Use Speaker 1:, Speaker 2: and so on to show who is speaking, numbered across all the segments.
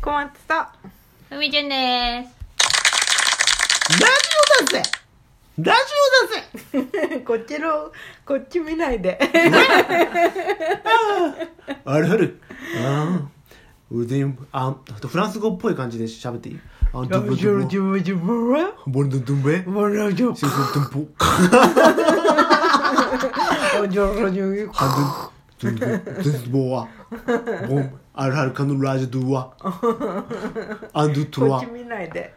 Speaker 1: 小松とラ
Speaker 2: ふみちゅんです。
Speaker 1: ジオだぜ
Speaker 3: ラジオだぜ
Speaker 1: こっちのこっち見ないで
Speaker 3: あるある。ああ。腕、あ、あとフランス語っぽい感じで喋っていいあ、ド
Speaker 1: ラ
Speaker 3: ゥブ
Speaker 1: ジオ
Speaker 3: ド
Speaker 1: ラジ
Speaker 3: ゥ
Speaker 1: オラジオラ
Speaker 3: ブ。ボルドゥンベ
Speaker 1: ラジオラ
Speaker 3: シュスドゥンポ。
Speaker 1: ジオラジオ
Speaker 3: ハドゥン、ドゥンベ、ドゥンボワ。ボン、アルハルカのラジドゥワ。アンドゥトゥ
Speaker 1: こっ
Speaker 3: ワ
Speaker 1: ち。見ないで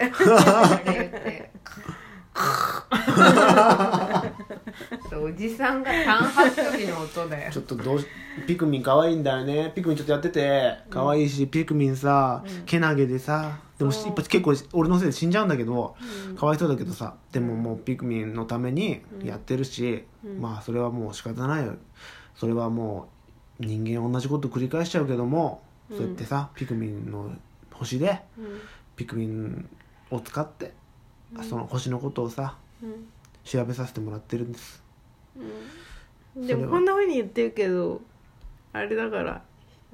Speaker 2: おじさんが
Speaker 1: 単発時の音だよ
Speaker 3: ちょっとどうしピクミン可愛いんだよねピクミンちょっとやってて可愛いし、ピクミンさけなげでさでもし
Speaker 1: そう
Speaker 3: 一発結構俺のせいで死んじゃうんだけど、かわいそうだけどさでももうピクミンのためにやってるし、まあそれはもう仕方ないよそれはもう人間同じこと繰り返しちゃうけども、そうやってさピクミンの星で
Speaker 1: うん
Speaker 3: ピクミンを使って、その星のことをさ
Speaker 1: うん
Speaker 3: 調べさせてもらってるんです
Speaker 1: でもこんなふうに言ってるけどあれだから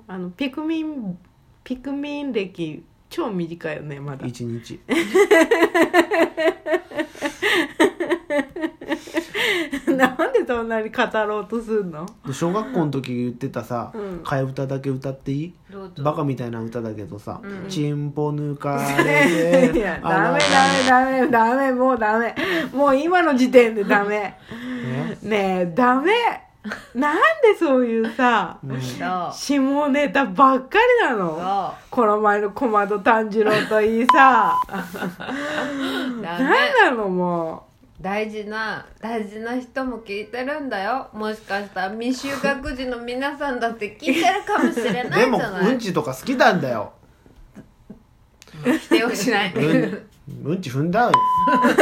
Speaker 1: あのピクミンピクミン歴超短いよねまだ
Speaker 3: 一日
Speaker 1: なんでそんなに語ろうとすんの
Speaker 3: で小学校の時言ってたさ
Speaker 1: うん
Speaker 3: 替え歌だけ歌っていい
Speaker 2: どうぞ
Speaker 3: バカみたいな歌だけどさ
Speaker 2: う
Speaker 3: 「
Speaker 2: ん
Speaker 3: チンポ抜かれ
Speaker 1: い
Speaker 3: て
Speaker 1: や
Speaker 3: あ
Speaker 1: ダ
Speaker 3: な
Speaker 1: メ
Speaker 3: た
Speaker 1: ダメダメダメもうダメもう今の時点でダメ
Speaker 3: ね
Speaker 1: ねえダメなんでそういうさ
Speaker 3: うん
Speaker 2: そう
Speaker 1: 下ネタばっかりなの
Speaker 2: そ
Speaker 1: この前の駒戸炭治郎といいさ
Speaker 2: うダ
Speaker 1: 何
Speaker 2: メ
Speaker 1: なのも
Speaker 2: 大事な大事な人も聞いてるんだよもしかしたら未就学児の皆さんだって聞いてるかもしれな
Speaker 3: で
Speaker 2: いん
Speaker 3: も
Speaker 2: じゃな
Speaker 3: うん
Speaker 2: い
Speaker 3: ちとか好きなんだよ
Speaker 2: 否定をしない
Speaker 3: うんうんち踏んだようんち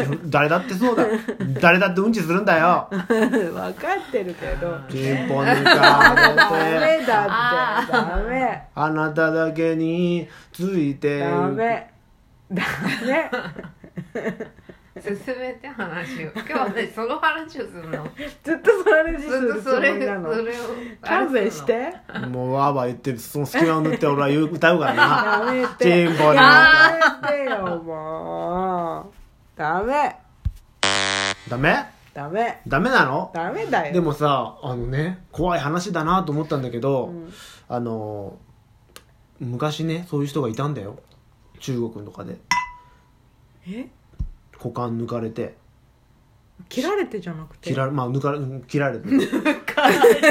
Speaker 3: 踏ん誰だってそうだ誰だってうんちするんだよ
Speaker 1: う分かってるけど
Speaker 3: チンポ抜か
Speaker 1: ダ
Speaker 3: れて
Speaker 1: メだ
Speaker 2: あ
Speaker 1: ってダメ
Speaker 3: あなただけについて
Speaker 1: ダメダメ
Speaker 2: 進めて話を今日はねその話をするの
Speaker 1: ずっとそれにす
Speaker 2: ず
Speaker 1: る
Speaker 2: っと
Speaker 1: つも
Speaker 2: それ
Speaker 1: りなの
Speaker 2: それを
Speaker 1: 勘弁して
Speaker 3: もうわーわー言ってその隙間を塗って俺は言う歌うからな
Speaker 1: やめて
Speaker 3: チンポ抜か
Speaker 2: あ
Speaker 1: やめてよもうダメ
Speaker 3: ダメ
Speaker 1: ダメ
Speaker 3: ダメなの
Speaker 1: ダメだよ
Speaker 3: でもさあのね怖い話だなと思ったんだけど、
Speaker 1: ん
Speaker 3: あの昔ねそういう人がいたんだよ中国とかで
Speaker 1: え
Speaker 3: 股間抜かれて
Speaker 1: 切られてじゃなくて
Speaker 3: 切られまあ抜かれうん切られて抜か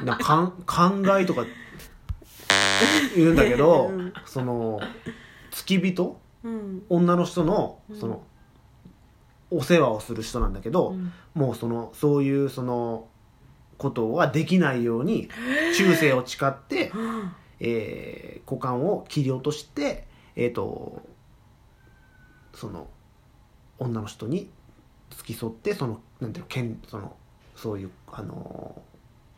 Speaker 3: れなかん灌漑とか言うんだけど、
Speaker 1: うん
Speaker 3: その付き人
Speaker 1: うん
Speaker 3: 女の人のその、お世話をする人なんだけど、
Speaker 1: うん
Speaker 3: もうそのそういうそのことはできないように忠誠を誓って、えー股間を切り落としてえっ、とその女の人に付き添ってそのなんていうの権そのそういうあの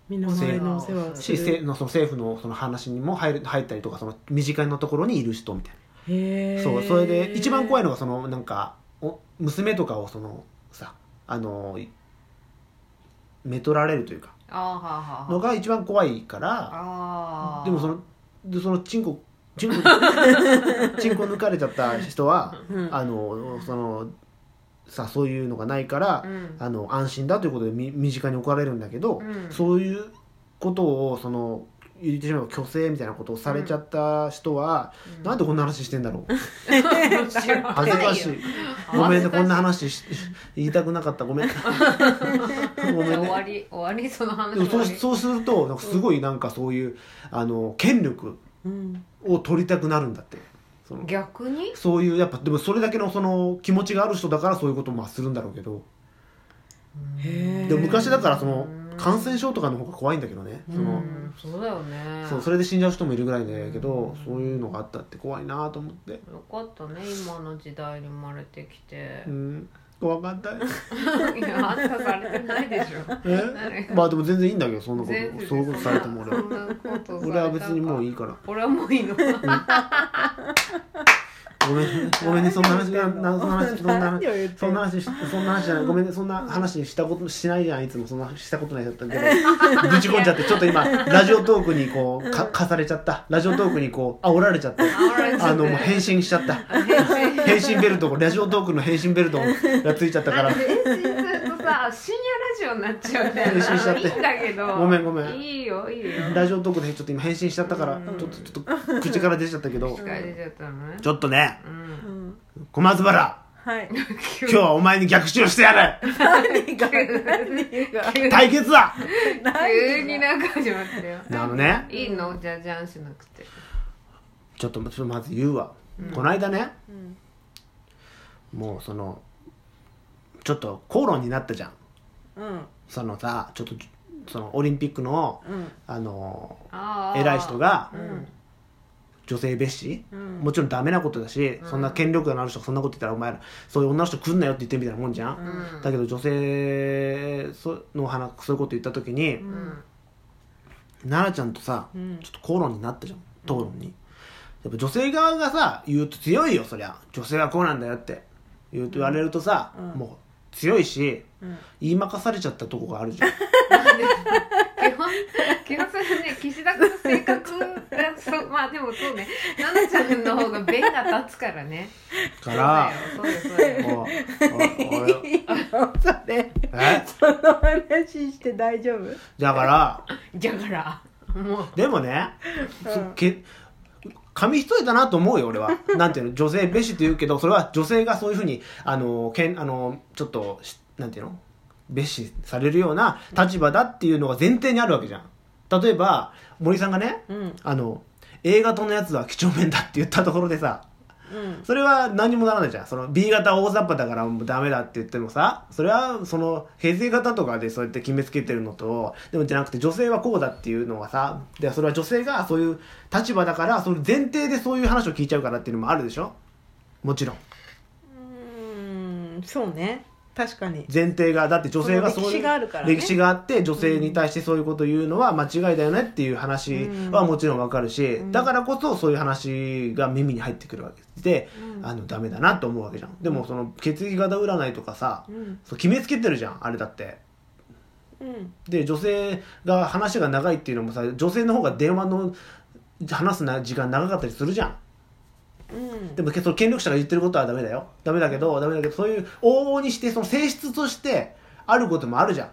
Speaker 1: 身の回りのお世話をす
Speaker 3: しせ
Speaker 1: る
Speaker 3: のその政府のその話にも入る入ったりとかその身近なところにいる人みたいな。
Speaker 1: へー
Speaker 3: そうそれで一番怖いのがそのなんかお娘とかをそのさあのいめとられるというか
Speaker 2: あーはーはー
Speaker 3: のが一番怖いから
Speaker 2: あー
Speaker 3: でもそのでそのチンコチ ンコチンコ抜かれちゃった人は
Speaker 1: うん
Speaker 3: あのそのさそういうのがないから、
Speaker 2: うん
Speaker 3: あの安心だということでみ身近に置かれるんだけど、
Speaker 2: うん
Speaker 3: そういうことをその言ってしまえば虚勢みたいなことをされちゃった人は、
Speaker 2: うん
Speaker 3: なんでこんな話してんだろう
Speaker 2: 知 らない
Speaker 3: 恥
Speaker 2: よ
Speaker 3: ずかしいごめんねこんな話し 言いたくなかった ごめんごめん
Speaker 2: 終わ
Speaker 3: ね
Speaker 2: り終わりその話
Speaker 3: でも
Speaker 2: 終
Speaker 3: そう
Speaker 2: わり
Speaker 3: そうするとなんかすごいなんかそういうあの権力
Speaker 1: うん
Speaker 3: を取りたくなるんだってその
Speaker 2: 逆に
Speaker 3: そういうやっぱでもそれだけのその気持ちがある人だからそういうこともまあするんだろうけど
Speaker 1: へー
Speaker 3: でも昔だからその
Speaker 2: うん
Speaker 3: 感染症とかの方が怖いんだけどねその
Speaker 2: うんそうだよね
Speaker 3: そうそれで死んじゃう人もいるぐらいだけどそういうのがあったって怖いなと思って
Speaker 2: よかったね今の時代に生まれてきて
Speaker 3: うん怖かったよ
Speaker 2: いやあんたされてないでしょ
Speaker 3: えまあでも全然いいんだけどそんなこ
Speaker 2: 全部
Speaker 3: とそういうことされても俺は
Speaker 2: そんなことされたか
Speaker 3: 俺は別にもういいから
Speaker 2: 俺はもういいの
Speaker 3: 俺ごめんごめんね そんな話ななそんな話そんな話
Speaker 1: 何を言ってんの
Speaker 3: そんな話しそんな話じゃないごめんねそんな話したことしないじゃんいつもそんなしたことないだったけど ぶち込んじゃってちょっと今ラジオトークにこうかかされちゃったラジオトークにこう煽られちゃったあのもう変身しちゃった変身ベルトラジオトークの変身ベルトがついちゃったから
Speaker 2: あれ変身するとさ深夜ラジオになっちゃうね
Speaker 3: 変身しちゃって
Speaker 2: いいんだけど
Speaker 3: ごめんごめん
Speaker 2: いいよいいよ
Speaker 3: ラジオトークでちょっと今変身しちゃったからちょっとちょっと口から出ちゃったけど
Speaker 2: 疲れちゃったのね
Speaker 3: ちょっとね
Speaker 2: うん
Speaker 1: うん
Speaker 3: 小松原
Speaker 1: はい
Speaker 2: 急
Speaker 3: 今日はお前に逆襲してやる
Speaker 1: 何が何が
Speaker 2: 急に
Speaker 3: 対決 だ
Speaker 2: 急になんか始まったよ
Speaker 3: あのね
Speaker 2: いいのじゃじゃんしなくて
Speaker 3: ちょっとちょっとまず言うわ、この間ね
Speaker 1: うん
Speaker 3: もうそのちょっと口論になったじゃん
Speaker 1: うん
Speaker 3: そのさちょっとそのオリンピックの
Speaker 1: うん
Speaker 3: あの
Speaker 2: あー
Speaker 3: 偉い人が
Speaker 2: うん
Speaker 3: 女性蔑視、
Speaker 1: うん
Speaker 3: もちろんダメなことだし、そんな権力のある人がそんなこと言ったらお前らそういう女の人来んなよって言ってるみたいなもんじゃん、
Speaker 2: うん
Speaker 3: だけど女性その話そういうこと言った時に、
Speaker 2: うん
Speaker 3: 奈々ちゃんとさ、
Speaker 1: うん
Speaker 3: ちょっと口論になったじゃん討論に、やっぱ女性側がさ言うと強いよそりゃ女性はこうなんだよって言うと言われるとさ、
Speaker 1: うん
Speaker 3: もう強いし、
Speaker 1: うん
Speaker 3: 言いまかされちゃったとこがあるじゃん
Speaker 2: 基本基本それね岸田君の性格がそうまあでもそうね奈々ちゃんの方が弁が立つからね
Speaker 3: から
Speaker 2: そうだよそうだ よそうだよ
Speaker 3: おお俺
Speaker 1: それ
Speaker 3: え
Speaker 1: その話して大丈夫
Speaker 3: だから
Speaker 2: じゃからもう
Speaker 3: でもね、そ
Speaker 1: うん
Speaker 3: け紙一重だなと思うよ俺 はなんていうの女性蔑視って言うけどそれは女性がそういうふうにあのけんあのちょっとしなんていうの蔑視されるような立場だっていうのが前提にあるわけじゃん例えば森さんがね
Speaker 1: うん
Speaker 3: あの映画とのやつは几帳面だって言ったところでさ
Speaker 1: うん
Speaker 3: それは何にもならないじゃんその B 型大雑把だからもうダメだって言ってもさそれはその平成型とかでそうやって決めつけてるのとでもじゃなくて女性はこうだっていうのはさでそれは女性がそういう立場だからその前提でそういう話を聞いちゃうからっていうのもあるでしょもちろん
Speaker 1: うんそうね確かに
Speaker 3: 前提がだって女性がそういう
Speaker 1: その歴史があるからね
Speaker 3: 歴史があって女性に対してそういうことを言うのは間違いだよねっていう話はもちろんわかるし、だからこそそういう話が耳に入ってくるわけで、あのダメだなと思うわけじゃんでもその血液型占いとかさ、
Speaker 1: うん
Speaker 3: そう決めつけてるじゃんあれだって
Speaker 1: うん
Speaker 3: で女性が話が長いっていうのもさ女性の方が電話の話すな時間長かったりするじゃん
Speaker 1: うん
Speaker 3: でもけその権力者が言ってることはダメだよダメだけどダメだけどそういう往々にしてその性質としてあることもあるじゃ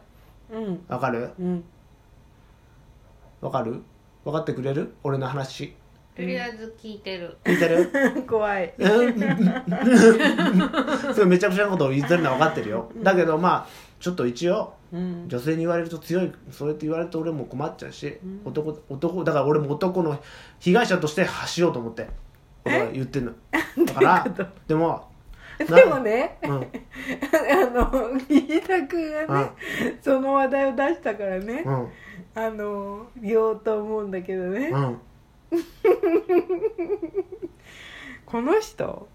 Speaker 3: ん
Speaker 1: うん
Speaker 3: わかる
Speaker 1: うん
Speaker 3: わかる分かってくれる俺の話
Speaker 2: とりあえず聞いてる
Speaker 3: 聞いて る
Speaker 1: 怖い
Speaker 3: うんすごいめちゃくちゃなことを言ってるのは分かってるよだけどまあちょっと一応
Speaker 1: うん
Speaker 3: 女性に言われると強いそうやって言われると俺も困っちゃうし、男男だから俺も男の被害者として発しようと思って俺は言ってん のだから
Speaker 1: どういうこと
Speaker 3: でも
Speaker 1: でもね
Speaker 3: うん
Speaker 1: あの飯田君がねその話題を出したからね
Speaker 3: うん
Speaker 1: あの言おうと思うんだけどね
Speaker 3: うん
Speaker 1: この人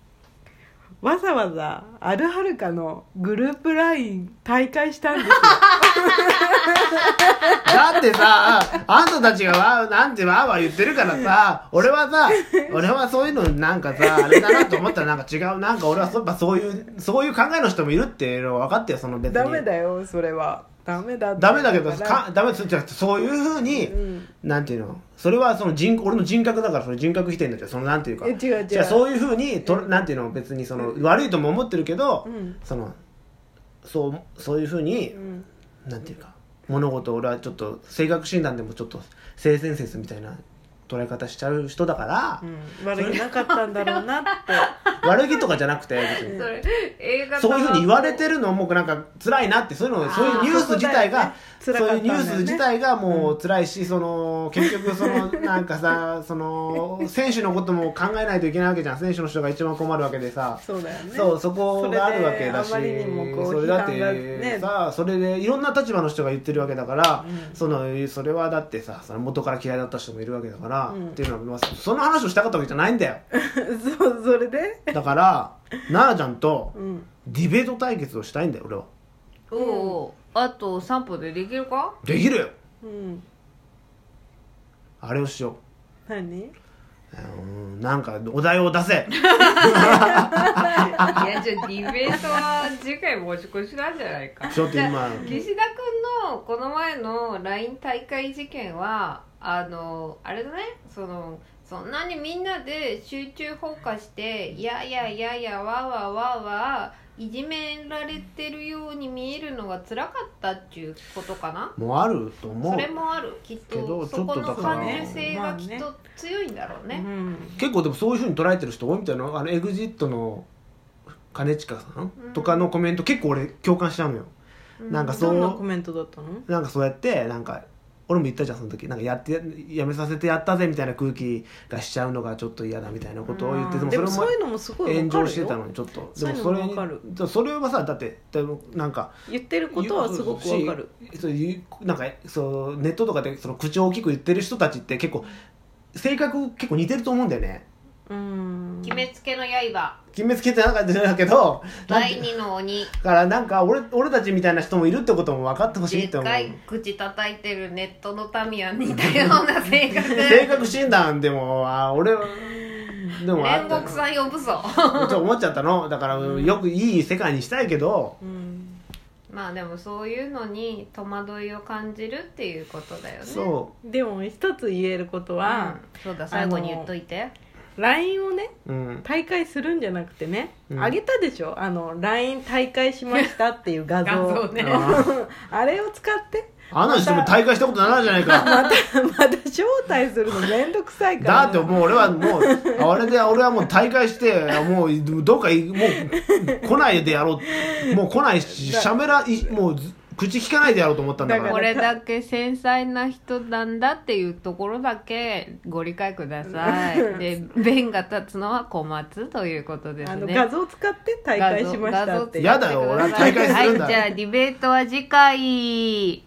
Speaker 1: わざわざアルハルカのグループライン大会したんですよ
Speaker 3: だってさ、あんたたちがわー、なんてわーわー言ってるからさ、俺はさ、俺はそういうのなんかさ、あれだなと思ったらなんか違う、なんか俺はそやっぱそういう、そういう考えの人もいるっていうのは分かってよ、その別に。
Speaker 1: ダメだよそれはダメだって
Speaker 3: ダメだけど、
Speaker 1: から
Speaker 3: かダメつっちゃなくてそういうふうに、
Speaker 1: うん
Speaker 3: なんていうの、それはその人、俺の人格だから、その人格否定になっちゃう、そのなんていうか。
Speaker 1: え違う違う
Speaker 3: じゃあそういうふうにと、なんていうの、別にその、悪いとも思ってるけど、
Speaker 1: うん
Speaker 3: その、そう、そういうふうに、
Speaker 1: うん
Speaker 3: なんていうか物事を俺はちょっと性格診断でもちょっと性善説みたいな捉え方しちゃう人だから
Speaker 1: う、ん、悪くなかったんだろう なって
Speaker 3: 悪気とかじゃなくて別
Speaker 2: そ
Speaker 3: に
Speaker 2: れ映画
Speaker 3: そういうふうに言われ
Speaker 2: る
Speaker 3: てるのもなんか辛いなってそういう
Speaker 1: あ
Speaker 3: の
Speaker 1: ー
Speaker 3: そういうニュース自体がそ
Speaker 1: そ
Speaker 3: う
Speaker 1: こだよ
Speaker 3: うい
Speaker 1: ね
Speaker 3: うニュース自体がもう辛いしその結局そのなんかさその 選手のことも考えないといけないわけじゃん選手の人が一番困るわけでさ。
Speaker 1: そうだよね
Speaker 3: そうそこがあるわけだし
Speaker 1: それであまりにもこう
Speaker 3: それだっ
Speaker 1: 批判がね
Speaker 3: てさそれでいろんな立場の人が言ってるわけだから、
Speaker 1: うん
Speaker 3: そのそれはだってさその元から嫌いだった人もいるわけだから、
Speaker 1: うん
Speaker 3: っていうのは、まあその話をしたかったわけじゃないんだよ
Speaker 1: そうそれで
Speaker 3: だから 奈々ちゃんと
Speaker 1: うん
Speaker 3: ディベート対決をしたいんだよ俺は
Speaker 2: おおあと散歩でできる か
Speaker 3: できるよ
Speaker 1: うん
Speaker 3: あれをしよ
Speaker 1: 何
Speaker 3: ううんなんかお題を出せ
Speaker 2: いやじゃあディベートは次回持ち越しなんじゃないか
Speaker 3: ちょっと 今
Speaker 2: 岸田君のこの前の LINE 大会事件はあのあれだねそのそんなにみんなで集中放火して「いやいやいやいやわーわーわーわーいじめられてるように見えるのが辛かった」っていうことかな
Speaker 3: もうあると思
Speaker 2: そうれもあるきっ
Speaker 3: けど
Speaker 2: とそこ
Speaker 3: ちょ
Speaker 2: の
Speaker 3: っとだから
Speaker 2: 感受性がきっ
Speaker 1: ま
Speaker 2: と強いんだろうね、
Speaker 1: うん
Speaker 3: 結構でもそういうふうに捉えてる人多いみたいなあのエグジットの兼近さん、
Speaker 2: うん
Speaker 3: とかのコメント結構俺共感しちゃうのよ
Speaker 2: う
Speaker 3: なんかそ
Speaker 1: ど
Speaker 3: うん
Speaker 1: なコメントだったの
Speaker 3: なんかそうやってなんか俺も言ったじゃんその時なんかやってやめさせてやったぜみたいな空気がしちゃうのがちょっと嫌だみたいなことを言って
Speaker 1: うん
Speaker 3: で
Speaker 1: で
Speaker 3: も
Speaker 1: も
Speaker 3: それも
Speaker 1: そういうのもすごい
Speaker 3: 炎
Speaker 1: わか
Speaker 3: 上
Speaker 1: る
Speaker 3: してた
Speaker 1: よ
Speaker 3: のにちょっと
Speaker 1: そういうの
Speaker 3: それ
Speaker 1: わかる
Speaker 3: にそれはさだってでもなんか
Speaker 1: 言ってることはすごくわかる
Speaker 3: そういうなんかそうネットとかでその口を大きく言ってる人たちって結構性格結構似てると思うんだよね
Speaker 1: うん
Speaker 2: 決めつけの刃
Speaker 3: 決めつけてなかったんだけどなん
Speaker 2: 第二の鬼
Speaker 3: だからなんか俺俺たちみたいな人もいるってことも分かってほし
Speaker 2: で
Speaker 3: い
Speaker 2: っ
Speaker 3: と思う
Speaker 2: かい口叩いてるネットの民は似たような性 格
Speaker 3: 性格診断でもあ俺でもあ
Speaker 2: 煉
Speaker 3: った
Speaker 2: 獄さん呼ぶぞ
Speaker 3: ちょっと思っちゃったのだからよくいい世界にしたいけど
Speaker 1: うん
Speaker 2: まあでもそういうのに戸惑いを感じるっていうことだよねう
Speaker 3: そ
Speaker 1: でも一つ言えることは
Speaker 2: ん、そうだ最後に言っといて
Speaker 1: LINE をね
Speaker 3: ううん
Speaker 1: 大会するんじゃなくてね、
Speaker 3: うん
Speaker 1: あげたでしょあの LINE 大会しましたっていう画像
Speaker 2: 画像ね
Speaker 1: あれを使って
Speaker 3: あんなにしても大会したことないじゃないか
Speaker 1: またまた招待するのめんどくさいから
Speaker 3: だってもう俺はもうあれで俺はもう大会してもうどっかいもう来ないでやろうもう来ないししゃべらいもうず口聞かないでやろうと思ったんだから
Speaker 1: だ
Speaker 2: こ
Speaker 1: から
Speaker 2: れだけ繊細な人なんだっていうところだけご理解くださ いで弁が立つのは小松ということです
Speaker 1: あの
Speaker 2: ね
Speaker 1: 画像使って大会しましたっていう
Speaker 3: やだよ俺は大会するんだ
Speaker 2: はいじゃあディベートは次回